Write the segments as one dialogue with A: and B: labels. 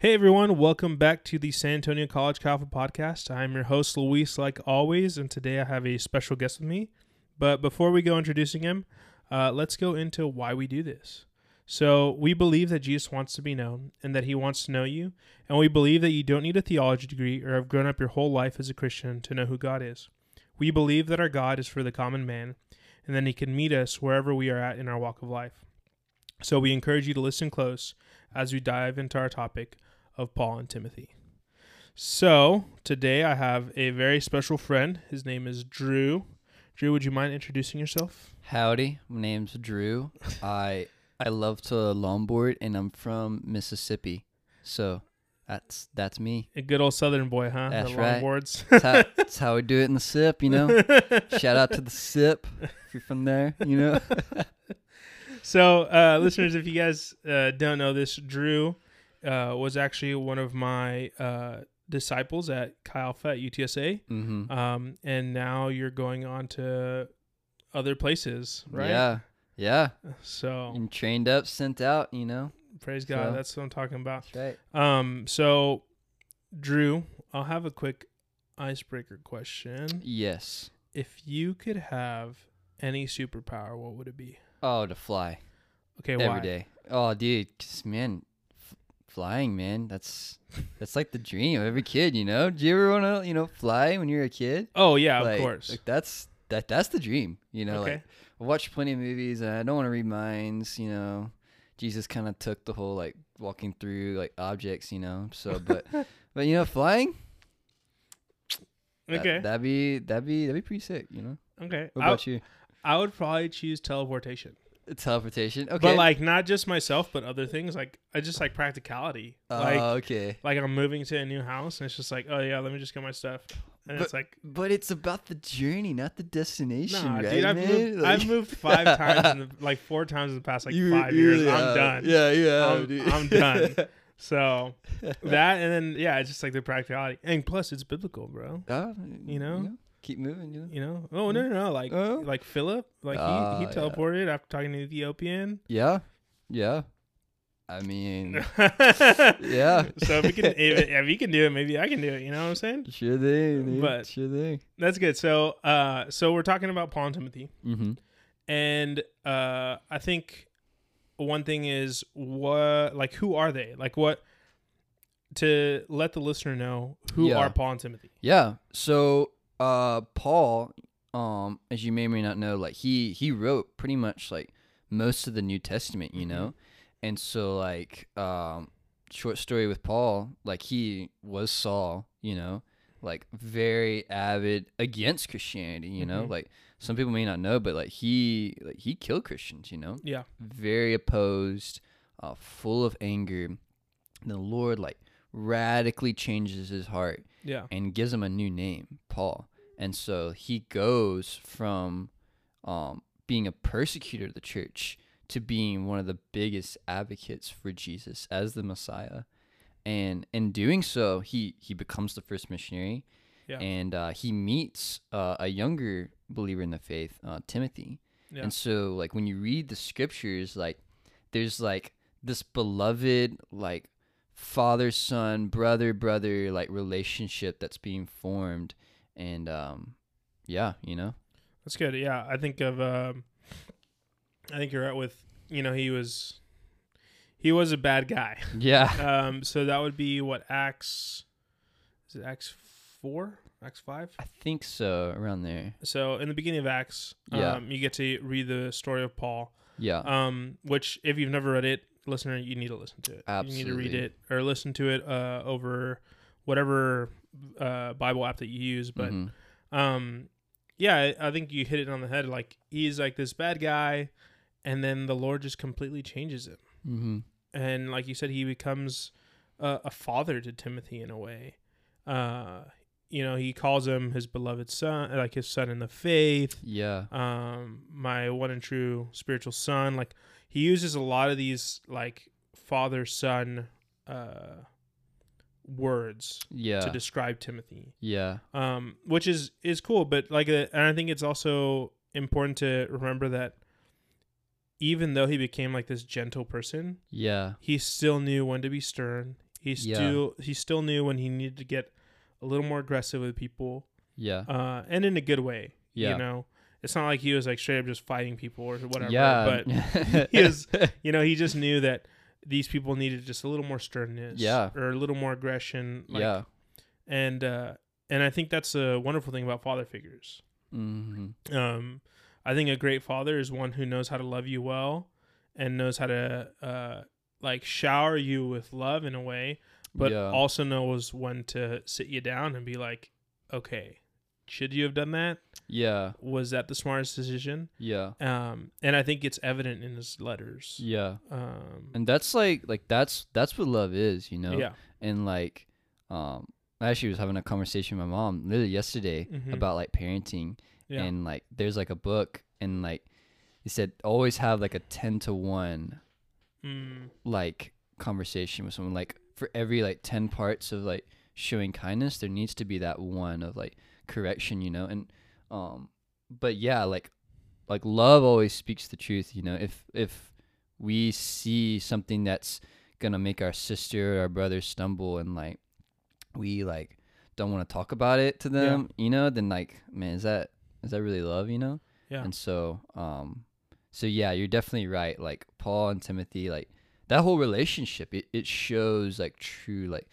A: Hey everyone, welcome back to the San Antonio College Calvin podcast. I'm your host Luis, like always, and today I have a special guest with me. But before we go introducing him, uh, let's go into why we do this. So we believe that Jesus wants to be known, and that He wants to know you, and we believe that you don't need a theology degree or have grown up your whole life as a Christian to know who God is. We believe that our God is for the common man, and then He can meet us wherever we are at in our walk of life. So we encourage you to listen close as we dive into our topic of Paul and Timothy. So today I have a very special friend. His name is Drew. Drew, would you mind introducing yourself?
B: Howdy, my name's Drew. I I love to longboard and I'm from Mississippi. So that's that's me.
A: A good old Southern boy, huh?
B: That's
A: the
B: right.
A: Longboards.
B: That's how, that's how we do it in the SIP, you know? Shout out to the SIP if you're from there, you know?
A: so, uh, listeners, if you guys uh, don't know this, Drew uh, was actually one of my uh, disciples at Chi Alpha at UTSA,
B: Mm-hmm.
A: um, and now you're going on to other places, right? Oh.
B: Yeah. Yeah.
A: So
B: And trained up, sent out, you know?
A: praise God.
B: So-
A: That's what I'm talking about.
B: That's right.
A: Um, so Drew, I'll have a quick icebreaker question.
B: Yes.
A: If you could have any superpower, what would it be?
B: Oh, to fly
A: Okay, why?
B: every day. Oh, dude, 'cause, man, f- flying, man, that's that's like the dream of every kid, you know? Do you ever want to, you know, fly when you're a kid?
A: Oh yeah,
B: Like-
A: of course.
B: like, that's that that's the dream. You know,
A: okay.
B: like I watch plenty of movies and I don't want to read minds, you know. Jesus kind of took the whole like walking through like objects, you know. So but but you know, flying that,
A: okay.
B: that'd be that'd be that'd be pretty sick, you know.
A: okay.
B: What
A: I,
B: about you?
A: I would probably choose teleportation.
B: Teleportation. Okay.
A: But like not just myself, but other things. Like I just like practicality.
B: Oh,
A: like
B: okay.
A: like I'm moving to a new house and it's just like, oh yeah, let me just get my stuff. And it's like
B: But it's about the journey, not the destination,
A: Nah,
B: right,
A: dude, I've
B: man?
A: moved,
B: Like-
A: I've moved five times, in the, like four times in the past like
B: You-
A: five
B: you
A: years.
B: really
A: I'm
B: have.
A: done.
B: Yeah, yeah,
A: I'm- I'm done. So that and then yeah, it's just like the practicality, and plus it's biblical, bro.
B: Oh,
A: You know?
B: keep moving. You know.
A: You know? Oh no, no, no! Like
B: Oh.
A: like Philip, like
B: Ah,
A: he,
B: yeah.
A: he teleported after talking to the Ethiopian.
B: Yeah, yeah. I mean,
A: yeah.
B: Mm. Yeah.
A: So if you can if, if you can do it, maybe I can do it. You know what I'm saying?
B: sure thing, dude.
A: But-
B: sure thing.
A: That's good. So uh, so we're talking about Paul and Timothy,
B: Mm-hmm.
A: and uh, I think one thing is what like who are they? Like what to let the listener know who
B: Yeah.
A: are Paul and Timothy?
B: Yeah. So, uh, Paul, um, as you may or may not know, like he he wrote pretty much like most of the New Testament, you
A: Mhm.
B: know, and so like um, short story with Paul, like he was Saul, you know, like very avid against Christianity, you know,
A: Mhm.
B: like some people may not know, but like he like he killed Christians, you know,
A: Yeah.
B: very opposed, uh, full of anger. The Lord like radically changes his heart
A: Yeah.
B: and gives him a new name, Paul. And so he goes from um, being a persecutor of the church to being one of the biggest advocates for Jesus as the Messiah. And in doing so, he, he becomes the first missionary.
A: Yeah.
B: And uh, he meets uh, a younger believer in the faith, uh, Timothy.
A: Yeah.
B: And so, like, when you read the scriptures, like, there's like this beloved, like, father son brother brother like relationship that's being formed and um yeah you know
A: That's good. Yeah, I think of. Um, I think you're right with. You know, he was. He was a bad guy.
B: yeah
A: Um, so that would be what Acts. Is it Acts four? Acts five.
B: i think so around there
A: So in the beginning of Acts, um,
B: Yeah.
A: you get to read the story of Paul.
B: yeah
A: Um, which if you've never read it, listener, you need to listen to it. You need to read
B: Absolutely.
A: it or listen to it uh, over whatever uh, Bible app that you use. But
B: Mhm.
A: um yeah I, I think you hit it on the head like he's like this bad guy and then the lord just completely changes him
B: Mhm.
A: and like you said he becomes a, a father to timothy in a way uh you know he calls him his beloved son like his son in the faith
B: yeah
A: um my one and true spiritual son like he uses a lot of these like father son uh words to
B: yeah
A: describe timothy
B: yeah
A: um, which is is cool. But like, uh, and I think it's also important to remember that even though he became like this gentle person,
B: yeah
A: he still knew when to be stern. He
B: Yeah.
A: still he still knew when he needed to get a little more aggressive with people,
B: Yeah.
A: uh, and in a good way.
B: Yeah.
A: You know, it's not like he was like straight up just fighting people or whatever.
B: yeah.
A: But he is, you know, he just knew that these people needed just a little more sternness,
B: Yeah.
A: or a little more aggression. Like,
B: yeah.
A: and uh, and I think that's a wonderful thing about father figures.
B: hmm
A: Um, I think a great father is one who knows how to love you well and knows how to uh, like shower you with love in a way, but
B: Yeah.
A: also knows when to sit you down and be like, okay, should you have done that?
B: Yeah.
A: Was that the smartest decision?
B: Yeah.
A: Um, and I think it's evident in his letters.
B: Yeah.
A: Um,
B: And that's like like that's that's what love is, you know?
A: yeah,
B: And like um I actually was having a conversation with my mom literally yesterday
A: Mhm.
B: about like parenting
A: Yeah.
B: and like there's like a book and like he said always have like a 10 to 1
A: mm,
B: like conversation with someone like for every like 10 parts of like showing kindness there needs to be that one of like correction you know and um but yeah like like love always speaks the truth you know if if we see something that's gonna make our sister or our brother stumble and like we like don't want to talk about it to them you know then like man is that is that really love you know
A: Yeah.
B: and so um so yeah you're definitely right like paul and timothy like that whole relationship it, it shows like true like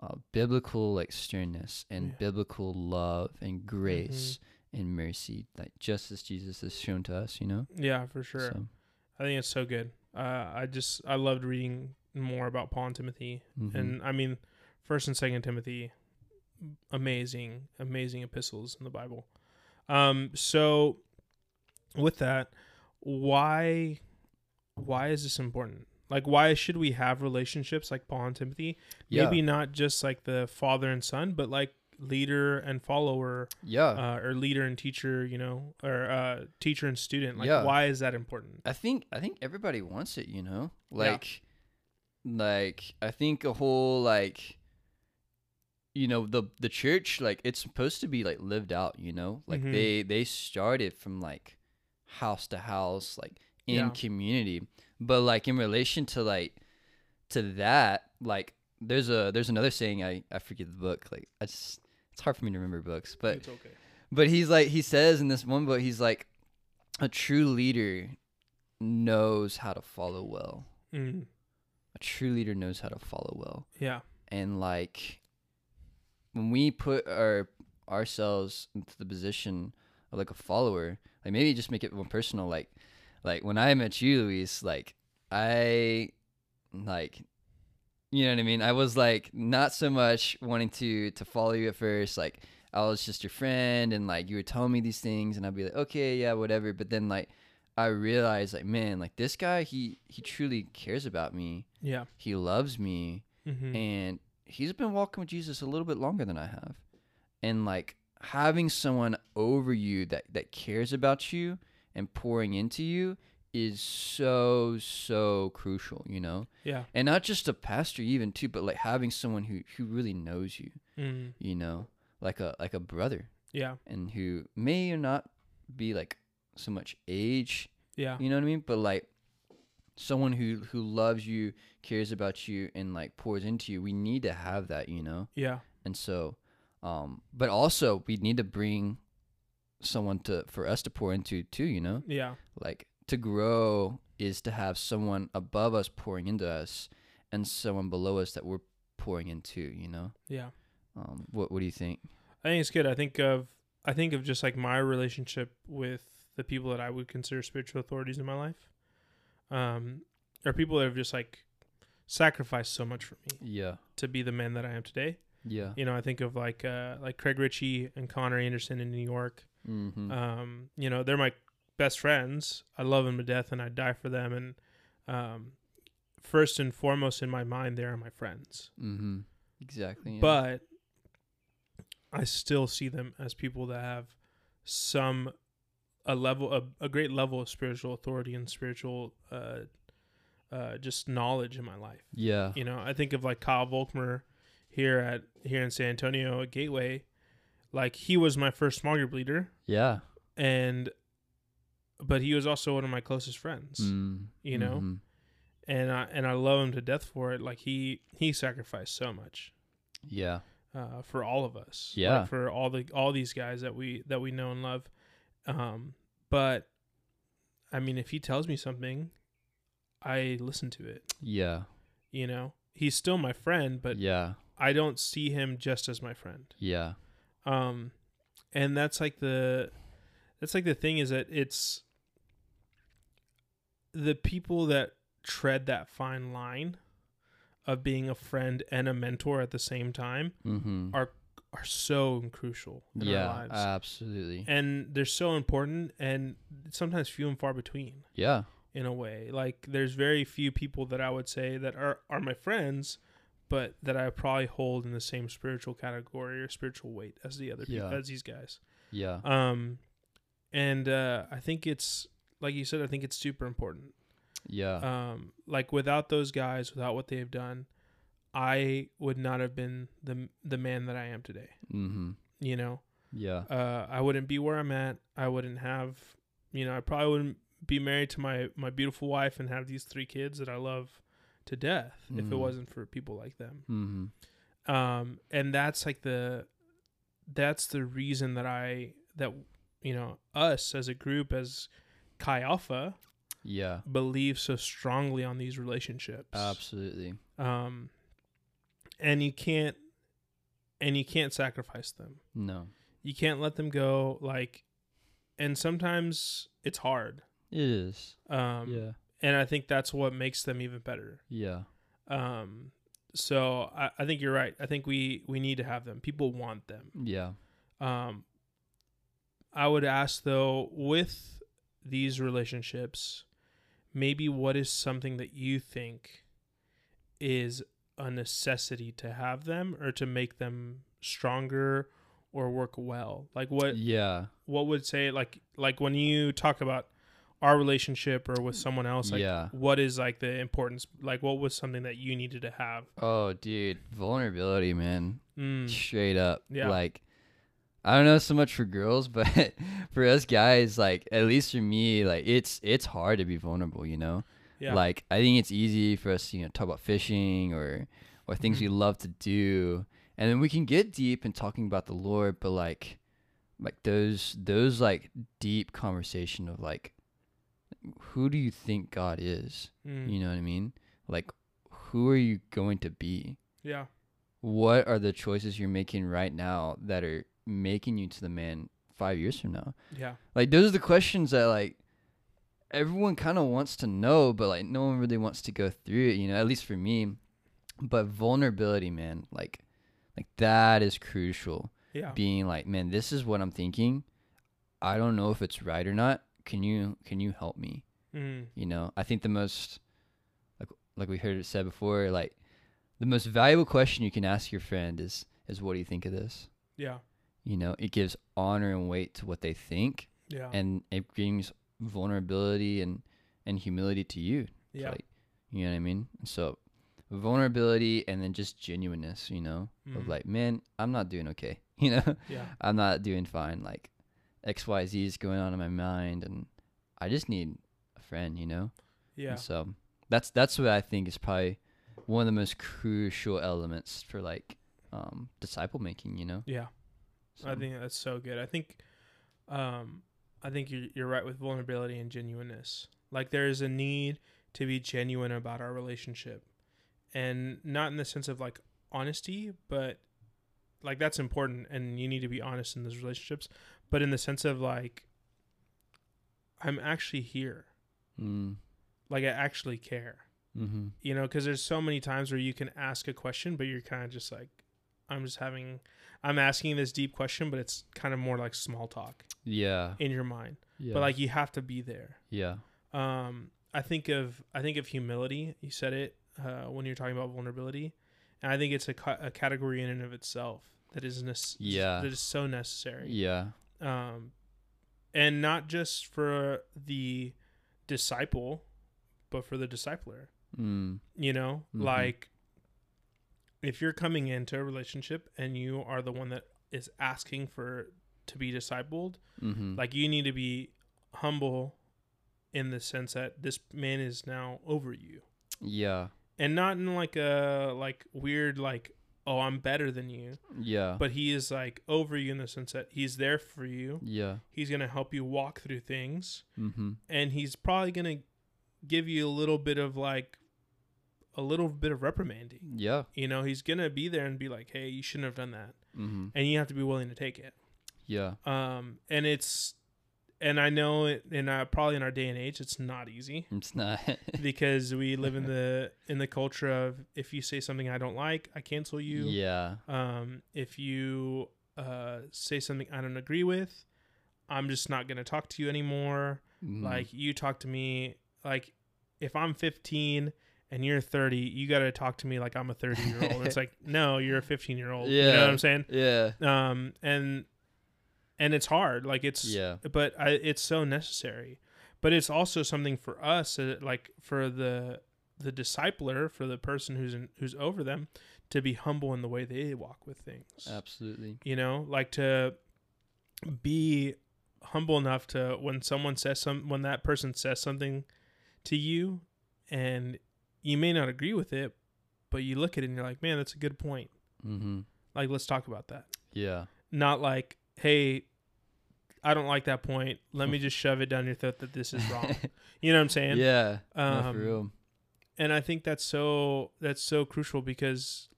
B: uh, biblical like sternness and
A: Yeah. Mm-hmm.
B: biblical love and grace and mercy like just as jesus has shown to us you know
A: yeah, for sure.
B: So,
A: I think it's so good. Uh, I just I loved reading more about Paul and Timothy,
B: mhm.
A: and I mean, First and Second Timothy, amazing, amazing epistles in the Bible. Um, so with that, why, why is this important? Like, why should we have relationships like Paul and Timothy?
B: yeah
A: Maybe not just like the father and son, but like leader and follower,
B: yeah
A: uh, or leader and teacher. You know, or uh, teacher and student. Like,
B: Yeah.
A: why is that important?
B: I think I think everybody wants it, you know?
A: Yeah.
B: Like like I think a whole like you know, the the church like it's supposed to be like lived out, you know? Like
A: Mhm.
B: they they started from like house to house like in
A: Yeah.
B: community. But like in relation to like to that, like there's a there's another saying I I forget the book like I just it's hard for me to remember books, but
A: it's okay.
B: but he's like he says in this one book, he's like a true leader knows how to follow well.
A: Mm,
B: A true leader knows how to follow well.
A: yeah.
B: And like when we put our ourselves into the position of like a follower, like maybe just make it more personal, like like when I met you, Luis, like I like you know what I mean? I was like not so much wanting to to follow you at first, like I was just your friend and like you were telling me these things and I'd be like, Okay, yeah, whatever but then like I realized like man, like this guy he he truly cares about me.
A: Yeah.
B: He loves me
A: Mm-hmm.
B: and he's been walking with Jesus a little bit longer than I have. And like having someone over you that that cares about you and pouring into you is so so crucial, you know?
A: yeah.
B: And not just a pastor even too, but like having someone who who really knows you,
A: Mm,
B: you know, like a like a brother
A: yeah.
B: and who may or not be like so much age
A: Yeah.
B: you know what I mean? But like someone who who loves you, cares about you, and like pours into you, we need to have that, you know.
A: Yeah.
B: And so, um, but also we need to bring someone to for us to pour into too, you know.
A: Yeah.
B: Like to grow is to have someone above us pouring into us, and someone below us that we're pouring into, you know.
A: Yeah.
B: Um, what what do you think?
A: I think it's good. I think of I think of just like my relationship with the people that I would consider spiritual authorities in my life. Um or people that have just like sacrificed so much for me
B: Yeah,
A: to be the man that I am today.
B: yeah,
A: You know, I think of like uh like Craig Ritchie and Connor Anderson in New York.
B: mm-hmm.
A: Um, you know, they're my best friends. I love them to death and I die for them and um first and foremost in my mind they are my friends.
B: mm-hmm. Exactly. yeah.
A: but I still see them as people that have some a level a, a great level of spiritual authority and spiritual uh uh just knowledge in my life.
B: yeah,
A: You know, I think of like Kyle Volkmer here at here in San Antonio at Gateway. Like he was my first small group leader
B: yeah,
A: and but he was also one of my closest friends,
B: Mm,
A: you know?
B: mhm.
A: and I and I love him to death for it. Like he he sacrificed so much
B: Yeah.
A: uh, for all of us. like,
B: Yeah.
A: for all the all these guys that we that we know and love. Um, but I mean, if he tells me something, I listen to it.
B: Yeah.
A: You know, he's still my friend, but
B: yeah.
A: I don't see him just as my friend.
B: Yeah.
A: um and that's like the that's like the thing is that it's the people that tread that fine line of being a friend and a mentor at the same time
B: Mm-hmm.
A: are are so crucial in
B: yeah. uh,
A: our lives
B: Absolutely.
A: and they're so important and sometimes few and far between
B: yeah.
A: in a way like there's very few people that i would say that are are my friends but that i probably hold in the same spiritual category or spiritual weight as the other
B: Yeah.
A: people as these guys
B: Yeah.
A: um, and uh, I think it's like you said. I think it's super important.
B: Yeah.
A: Um, like without those guys, without what they've done, I would not have been the the man that I am today.
B: mm-hmm.
A: You know,
B: Yeah.
A: uh, I wouldn't be where I'm at. I wouldn't have, you know, I probably wouldn't be married to my my beautiful wife and have these three kids that I love to death if it
B: Mhm.
A: wasn't for people like them
B: Mm-hmm.
A: um and that's like the that's the reason that i that you know us as a group as chi alpha
B: Yeah.
A: believe so strongly on these relationships
B: Absolutely.
A: um and you can't and you can't sacrifice them
B: No.
A: you can't let them go like and sometimes it's hard
B: It is.
A: um
B: yeah.
A: and i think that's what makes them even better
B: Yeah.
A: um so I, I think you're right i think we we need to have them people want them
B: Yeah.
A: Um, I would ask though, with these relationships, maybe what is something that you think is a necessity to have them or to make them stronger or work well? Like what
B: yeah.
A: what would say like like when you talk about our relationship or with someone else, like
B: Yeah.
A: what is like the importance? Like what was something that you needed to have?
B: Oh, dude, vulnerability, man.
A: Mm,
B: Straight up.
A: Yeah.
B: Like, I don't know so much for girls, but for us guys, like at least for me, like it's it's hard to be vulnerable, you know.
A: yeah,
B: Like I think it's easy for us, to, you know, talk about fishing or or things
A: Mhm.
B: we love to do, and then we can get deep in talking about the Lord. But like, like those those like deep conversation of like, who do you think God is?
A: mm,
B: You know what I mean? Like, who are you going to be?
A: yeah,
B: what are the choices you're making right now that are making you to the man five years from now?
A: yeah,
B: Like those are the questions that like everyone kind of wants to know, but like no one really wants to go through it. You know, at least for me. But vulnerability, man, like like that is crucial.
A: yeah,
B: Being like, man, this is what I'm thinking. I don't know if it's right or not. Can you can you help me?
A: mm,
B: You know, I think the most like like we heard it said before, like the most valuable question you can ask your friend is is what do you think of this?
A: yeah,
B: You know, it gives honor and weight to what they think
A: yeah,
B: and it brings vulnerability and and humility to you. It's
A: yeah.
B: Like, you know what I mean? So vulnerability and then just genuineness, you know,
A: Mhm.
B: of like, man, I'm not doing okay. You know?
A: Yeah.
B: I'm not doing fine. Like XYZ is going on in my mind and I just need a friend, you know?
A: Yeah.
B: And so that's that's what I think is probably one of the most crucial elements for like um disciple making, you know.
A: Yeah. I
B: So,
A: think that's so good. I think um I think you're you're right with vulnerability and genuineness. Like there is a need to be genuine about our relationship. And not in the sense of like honesty, but like that's important and you need to be honest in those relationships, but in the sense of like I'm actually here.
B: mm,
A: Like I actually care.
B: hmm
A: you know because there's so many times where you can ask a question but you're kind of just like i'm just having i'm asking this deep question but it's kind of more like small talk
B: Yeah.
A: in your mind
B: Yeah.
A: but like you have to be there
B: yeah.
A: um i think of i think of humility you said it uh, when you're talking about vulnerability and i think it's a, ca- a category in and of itself that is nece-
B: Yeah.
A: that is so necessary
B: Yeah.
A: um, and not just for the disciple but for the discipler
B: Mm,
A: you know,
B: Mhm.
A: like if you're coming into a relationship and you are the one that is asking for to be discipled,
B: hmm
A: like you need to be humble in the sense that this man is now over you.
B: Yeah.
A: and not in like a like weird like oh I'm better than you,
B: Yeah.
A: but he is like over you in the sense that he's there for you.
B: yeah.
A: He's gonna help you walk through things,
B: Mm-hmm.
A: and he's probably gonna give you a little bit of like a little bit of reprimanding.
B: Yeah.
A: You know, he's gonna be there and be like, "Hey, you shouldn't have done that,"
B: Mm-hmm.
A: and you have to be willing to take it.
B: Yeah.
A: Um, and it's, and I know, it, and I probably in our day and age, it's not easy.
B: It's not.
A: because we live in the in the culture of if you say something I don't like, I cancel you.
B: Yeah.
A: Um, if you uh, say something I don't agree with, I'm just not gonna talk to you anymore.
B: Mhm.
A: Like you talk to me like if I'm 15 and you're 30, you gotta talk to me like I'm a 30 year old. it's like no, you're a 15 year old. You know
B: Yeah.
A: what I'm saying?
B: Yeah.
A: Um, and and it's hard. Like it's
B: Yeah.
A: but I, it's so necessary. But it's also something for us, uh, like for the the discipler, for the person who's in, who's over them, to be humble in the way they walk with things.
B: Absolutely.
A: You know, like to be humble enough to when someone says some when that person says something to you, and you may not agree with it, but you look at it and you're like, man, that's a good point.
B: Mm-hmm.
A: Like, let's talk about that
B: Yeah.
A: not like, hey, I don't like that point. Let me just shove it down your throat that this is wrong. you know what I'm saying?
B: yeah. no,
A: Um,
B: for real.
A: And I think that's so that's so crucial because,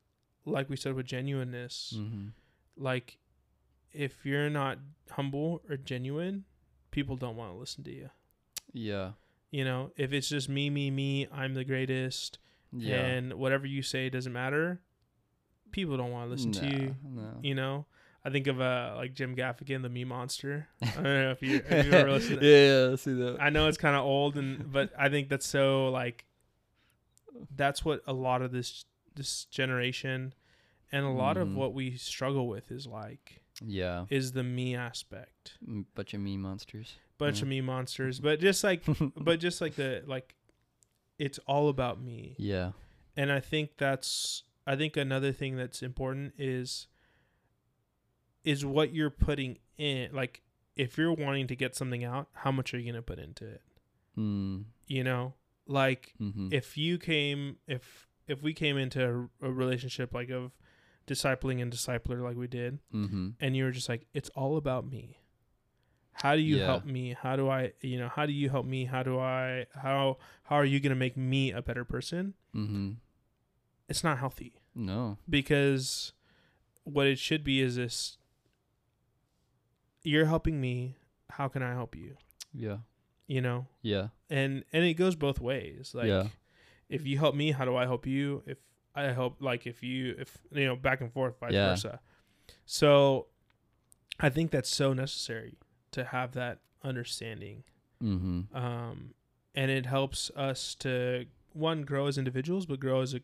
A: like we said with genuineness,
B: Mm-hmm.
A: like if you're not humble or genuine, people don't want to listen to you.
B: Yeah.
A: You know, if it's just me, me, me, I'm the greatest,
B: Yeah.
A: and whatever you say doesn't matter, people don't want to listen to you.
B: Nah, nah.
A: You know, I think of uh like Jim Gaffigan, the Me Monster. I don't know if you, if you ever listened. To
B: yeah, yeah, I see that.
A: I know it's kind of old, and but I think that's so like that's what a lot of this this generation and a lot of
B: Mhm.
A: what we struggle with is like
B: yeah.
A: is the me aspect.
B: Mm, Bunch of me monsters.
A: Bunch of me monsters, but just like but just like the like it's all about me.
B: yeah.
A: and i think that's i think another thing that's important is is what you're putting in like if you're wanting to get something out how much are you going to put into it
B: Mm,
A: you know like
B: mm-hmm.
A: if you came if if we came into a, a relationship like of discipling and discipler like we did
B: mm-hmm.
A: and you were just like it's all about me how do you
B: Yeah.
A: help me how do i you know how do you help me how do i how how are you going to make me a better person
B: Mm-hmm.
A: it's not healthy
B: No.
A: because what it should be is this you're helping me how can i help you
B: Yeah.
A: you know
B: Yeah.
A: and and it goes both ways like
B: Yeah.
A: if you help me how do i help you if i help like if you if you know back and forth vice
B: Yeah.
A: versa so i think that's so necessary to have that understanding
B: Mm-hmm.
A: um and it helps us to one grow as individuals but grow as a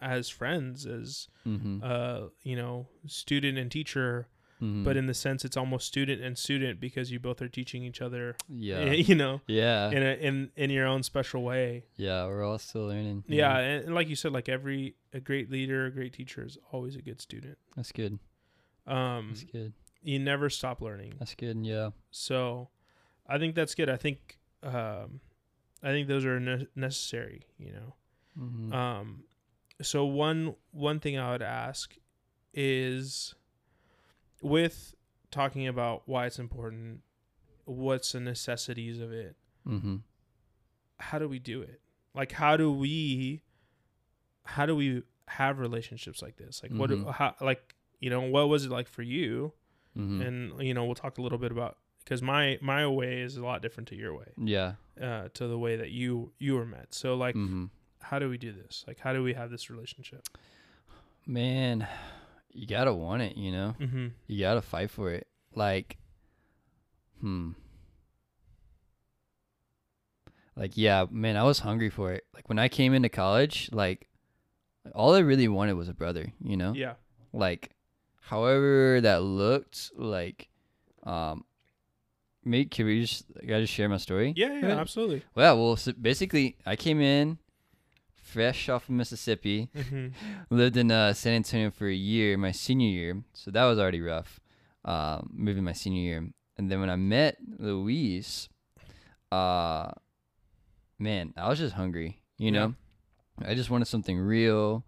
A: as friends as
B: Mm-hmm.
A: uh, you know, student and teacher,
B: mm-hmm.
A: but in the sense it's almost student and student because you both are teaching each other,
B: yeah.
A: you know,
B: Yeah.
A: in a, in in your own special way.
B: yeah. We're all still learning. Mm-hmm.
A: Yeah, and, and like you said, like every a great leader, a great teacher is always a good student.
B: That's good.
A: Um,
B: That's good.
A: you never stop learning.
B: That's good. Yeah.
A: So, I think that's good. I think um, I think those are ne- necessary. You know,
B: Mm-hmm.
A: Um, so one one thing I would ask is, with talking about why it's important, what's the necessities of it?
B: mm-hmm.
A: How do we do it? Like, how do we, how do we have relationships like this? Like, what, do,
B: Mhm.
A: how, like, you know, what was it like for you?
B: Mm-hmm.
A: And you know, we'll talk a little bit about because my my way is a lot different to your way,
B: yeah.
A: uh, to the way that you you were met. So like,
B: mm-hmm.
A: how do we do this? Like, how do we have this relationship?
B: Man, you gotta want it. You know.
A: Mm-hmm.
B: You gotta fight for it. Like, hmm. Like, yeah, man, I was hungry for it. Like, when I came into college, like, all I really wanted was a brother, you know?
A: Yeah.
B: Like, however that looked, like, um, make, can we just, like, I just share my story?
A: Yeah, yeah,
B: Right.
A: absolutely.
B: Well, well, so basically, I came in fresh off of Mississippi,
A: Mm-hmm.
B: lived in uh, San Antonio for a year, my senior year, so that was already rough. Uh, moving my senior year, and then when I met Louise, uh, man, I was just hungry, you
A: Yeah.
B: know, I just wanted something real.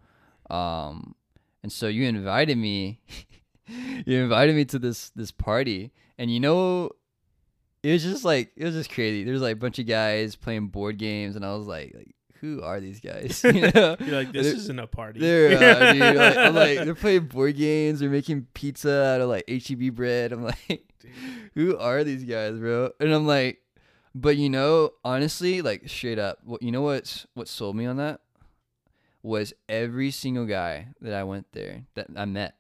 B: Um, and so you invited me. you invited me to this this party, and you know, it was just like it was just crazy. There was like a bunch of guys playing board games, and I was like, like who are these guys? you know?
A: You're like, this
B: They're-
A: isn't a party.
B: They're uh, dude, like, I'm like they're playing board games. They're making pizza out of like HEB bread. I'm like, who are these guys, bro? And I'm like, but you know, honestly, like straight up, what you know what's what sold me on that was every single guy that I went there that I met,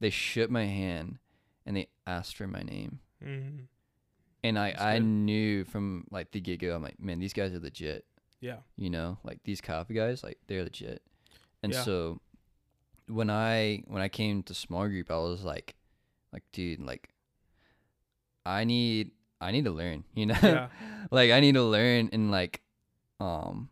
B: they shook my hand and they asked for my name,
A: Mhm.
B: and I
A: That's
B: I
A: good.
B: knew from like the get go, I'm like, man, these guys are legit
A: Yeah.
B: you know like these coffee guys like they're legit and
A: Yeah.
B: so when i when i came to small group i was like like dude like i need i need to learn you know
A: Yeah.
B: like i need to learn and like um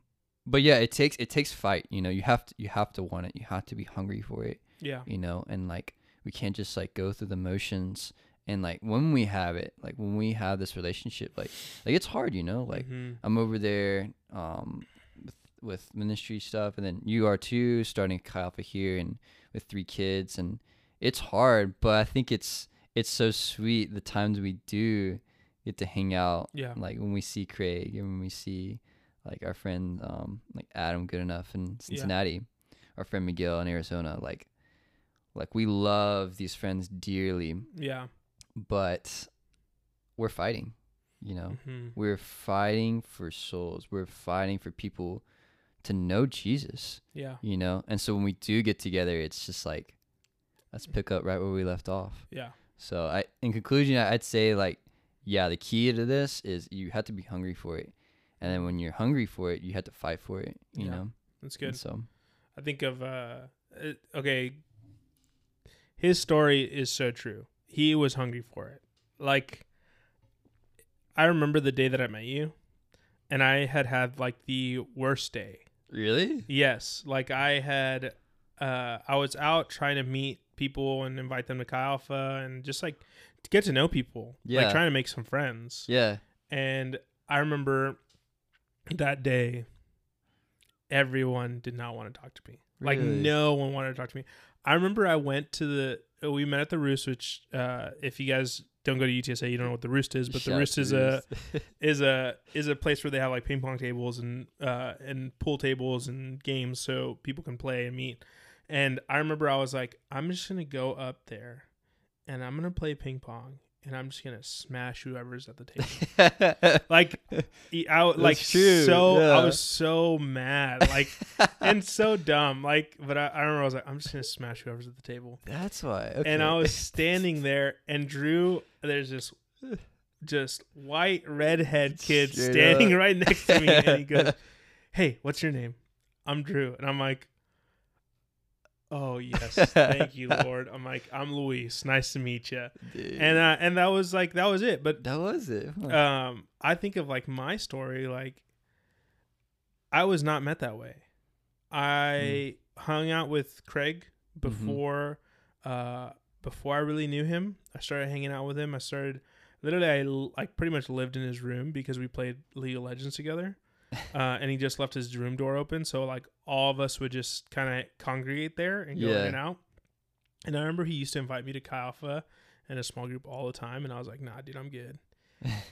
B: but yeah it takes it takes fight you know you have to you have to want it you have to be hungry for it
A: Yeah.
B: you know and like we can't just like go through the motions and like when we have it like when we have this relationship like like it's hard you know like
A: Mhm.
B: I'm over there um, with, with ministry stuff, and then you are too, starting Chi Alpha here, and with three kids, and it's hard, but I think it's it's so sweet the times we do get to hang out,
A: Yeah.
B: like when we see Craig and when we see like our friend um, like Adam Goodenough in Cincinnati, our friend Miguel in Arizona, like like we love these friends dearly,
A: Yeah.
B: but we're fighting, you know.
A: Mhm.
B: We're fighting for souls. We're fighting for people to know Jesus,
A: Yeah.
B: you know? And so when we do get together, it's just like, let's pick up right where we left off.
A: Yeah.
B: So I, in conclusion, I- I'd say like, yeah, the key to this is you have to be hungry for it. And then when you're hungry for it, you have to fight for it, you
A: Yeah,
B: know?
A: That's
B: And
A: good.
B: so
A: I think of uh, uh okay. His story is so true. He was hungry for it. Like I remember the day that I met you and I had had like the worst day.
B: really?
A: Yes, like I had uh I was out trying to meet people and invite them to Chi Alpha and just like to get to know people.
B: Yeah.
A: Like trying to make some friends.
B: Yeah.
A: And I remember that day, everyone did not want to talk to me. Like
B: Really?
A: no one wanted to talk to me. I remember I went to the uh, we met at the Roost, which uh, if you guys don't go to UTSA, you don't know what the Roost is, but
B: Shout
A: the
B: out
A: Roost
B: to
A: is a
B: Roost.
A: is a is a place where they have like ping pong tables and uh and pool tables and games so people can play and meet. And I remember I was like, I'm just gonna go up there, and I'm gonna play ping pong, and I'm just gonna smash whoever's at the table. like e- I w-
B: That's
A: like
B: true,
A: so I
B: yeah.
A: was so mad like and so dumb like but I, I remember I was like I'm just gonna smash whoever's at the table
B: That's why. Okay.
A: and I was standing there and Drew there's this just white redhead kid
B: Straight
A: standing
B: up.
A: right next to me and he goes hey what's your name I'm Drew and I'm like oh yes thank you Lord I'm like I'm Luis nice to meet you
B: Dude,
A: and uh, and that was like that was it but
B: that was it. huh?
A: um i think of like my story like i was not met that way i hung out with craig before uh before i really knew him i started hanging out with him i started literally i l- like pretty much lived in his room because we played league of legends together uh, and he just left his room door open so like all of us would just kind of congregate there and go
B: Yeah.
A: in and out and i remember he used to invite me to chi alpha and a small group all the time and i was like nah dude i'm good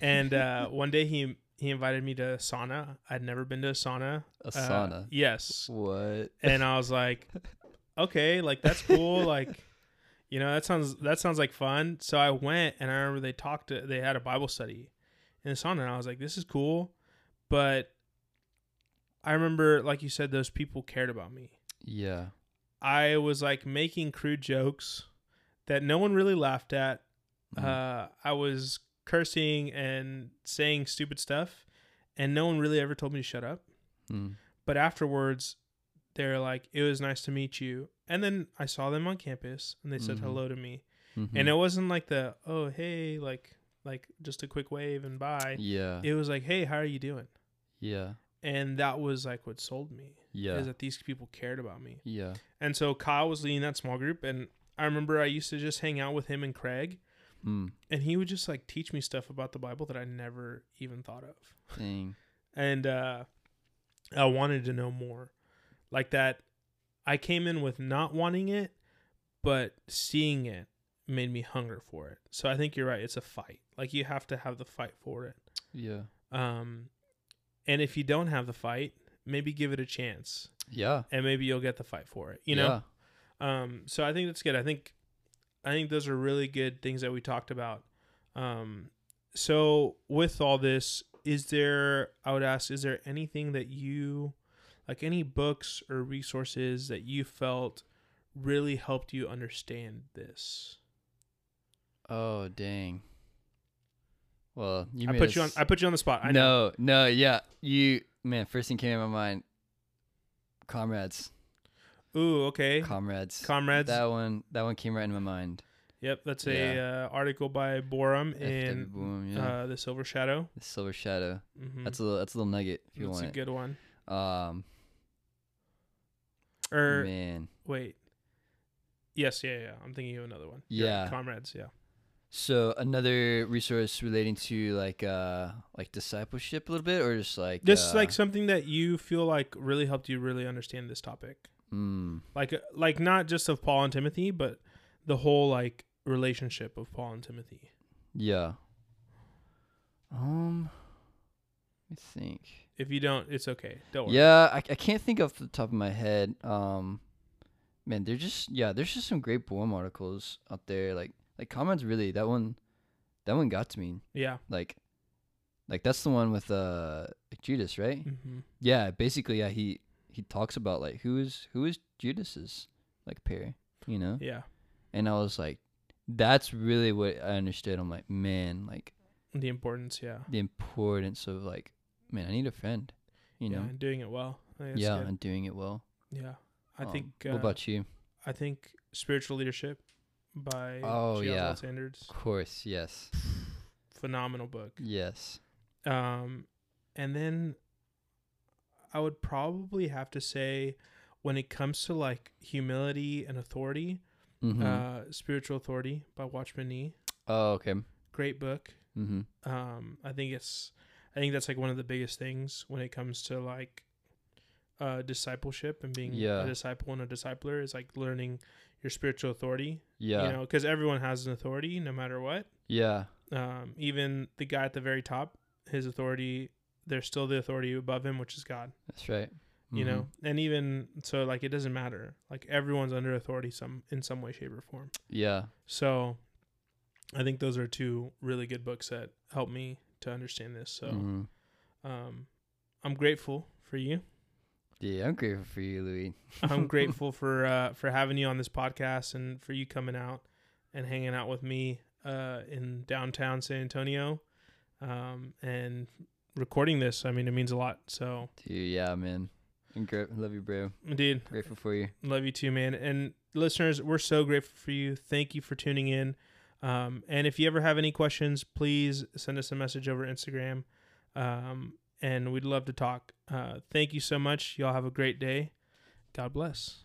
A: and uh, one day he he invited me to sauna. I'd never been to a sauna.
B: a
A: Uh,
B: sauna.
A: yes.
B: What?
A: And I was like, okay, like that's cool. Like, you know, that sounds that sounds like fun. So I went, and I remember they talked. To, they had a Bible study in the sauna, and I was like, this is cool. But I remember, like you said, those people cared about me.
B: Yeah.
A: I was like making crude jokes that no one really laughed at.
B: Mm-hmm.
A: Uh, I was cursing and saying stupid stuff, and no one really ever told me to shut up.
B: Mm.
A: But afterwards, they're like, "It was nice to meet you." And then I saw them on campus, and they said
B: Mhm.
A: hello to me.
B: Mhm.
A: And it wasn't like the "Oh hey," like like just a quick wave and bye.
B: yeah.
A: It was like, "Hey, how are you doing?"
B: yeah.
A: And that was like what sold me
B: Yeah.
A: is that these people cared about me.
B: Yeah.
A: And so Kyle was leading that small group, and I remember I used to just hang out with him and Craig,
B: Mm.
A: and he would just like teach me stuff about the Bible that I never even thought of,
B: Dang.
A: and uh, I wanted to know more. like that I came in with not wanting it, but seeing it made me hunger for it. So I think you're right. It's a fight. Like you have to have the fight for it.
B: Yeah.
A: Um, and if you don't have the fight, maybe give it a chance,
B: Yeah.
A: and maybe you'll get the fight for it. You know. Um, so I think that's good. I think I think those are really good things that we talked about. Um, so with all this, is there I would ask, is there anything that you like any books or resources that you felt really helped you understand this?
B: Yeah. Oh dang. Well, you
A: I
B: made
A: put you on
B: us-
A: I put you on the spot. I know.
B: no, no, yeah. You man, first thing came to my mind. Comrades,
A: Ooh, okay.
B: comrades.
A: Eh? Comrades.
B: That one, that one came right into my mind.
A: yep, that's a uh, article by Borum
B: FW
A: in
B: Boom, yeah.
A: uh, The Silver Shadow.
B: the Silver Shadow.
A: Mm-hmm.
B: That's a little, that's a little nugget if you
A: that's a
B: want it.
A: good one.
B: um,
A: Or
B: man.
A: Wait. Yes, yeah, yeah. I'm thinking of another one. You're right,
B: Yeah.
A: Comrades, yeah.
B: So another resource relating to like uh like discipleship a little bit, or just like
A: Just
B: uh,
A: like something that you feel like really helped you really understand this topic.
B: mm,
A: Like uh, like not just of Paul and Timothy, but the whole like relationship of Paul and Timothy.
B: yeah. Um, let me think.
A: If you don't, it's okay. Don't worry.
B: Yeah, I, I can't think off the top of my head. Um, man, they're just yeah, there's just some great poem articles out there. Like like comments really that one, that one got to me.
A: Yeah.
B: Like, like that's the one with uh Judas, right?
A: hmm
B: Yeah, basically, yeah, he he talks about like who is who is Judas's like pair, you know?
A: Yeah.
B: And I was like, that's really what I understood. I'm like, man, like
A: The importance, yeah.
B: the importance of like, man, I need a friend, you
A: yeah,
B: know?
A: and doing it well. I think that's
B: yeah,
A: good.
B: and doing it well.
A: Yeah. I
B: Um,
A: think uh,
B: What about you?
A: I think spiritual leadership by
B: Oh,
A: G.L.
B: yeah.
A: Sanders.
B: Of course, yes,
A: Phenomenal book.
B: yes.
A: Um, and then I would probably have to say, when it comes to like humility and authority,
B: Mm-hmm.
A: uh, Spiritual Authority by Watchman Nee,
B: oh, okay.
A: great book.
B: Mm-hmm.
A: Um, I think it's, I think that's like one of the biggest things when it comes to like, uh, discipleship and being
B: Yeah.
A: a disciple and a discipler is like learning your spiritual authority.
B: Yeah,
A: You know, because everyone has an authority, no matter what.
B: yeah,
A: um, even the guy at the very top, his authority, there's still the authority above him, which is God,
B: that's right.
A: you
B: Mhm.
A: know? And even so, like, it doesn't matter. Like, everyone's under authority some in some way, shape, or form.
B: Yeah,
A: So I think those are two really good books that help me to understand this. So
B: mhm.
A: um, I'm grateful for you.
B: yeah. I'm grateful for you, Louis.
A: I'm grateful for uh, for having you on this podcast and for you coming out and hanging out with me uh, in downtown San Antonio um, and recording this. I mean, it means a lot. So,
B: Dude, yeah, man. I'm gra- love you, bro.
A: dude,
B: Grateful for you.
A: love you too, man. And listeners, we're so grateful for you. Thank you for tuning in. Um, and if you ever have any questions, please send us a message over Instagram. Um, and we'd love to talk. Uh, thank you so much. Y'all have a great day. God bless.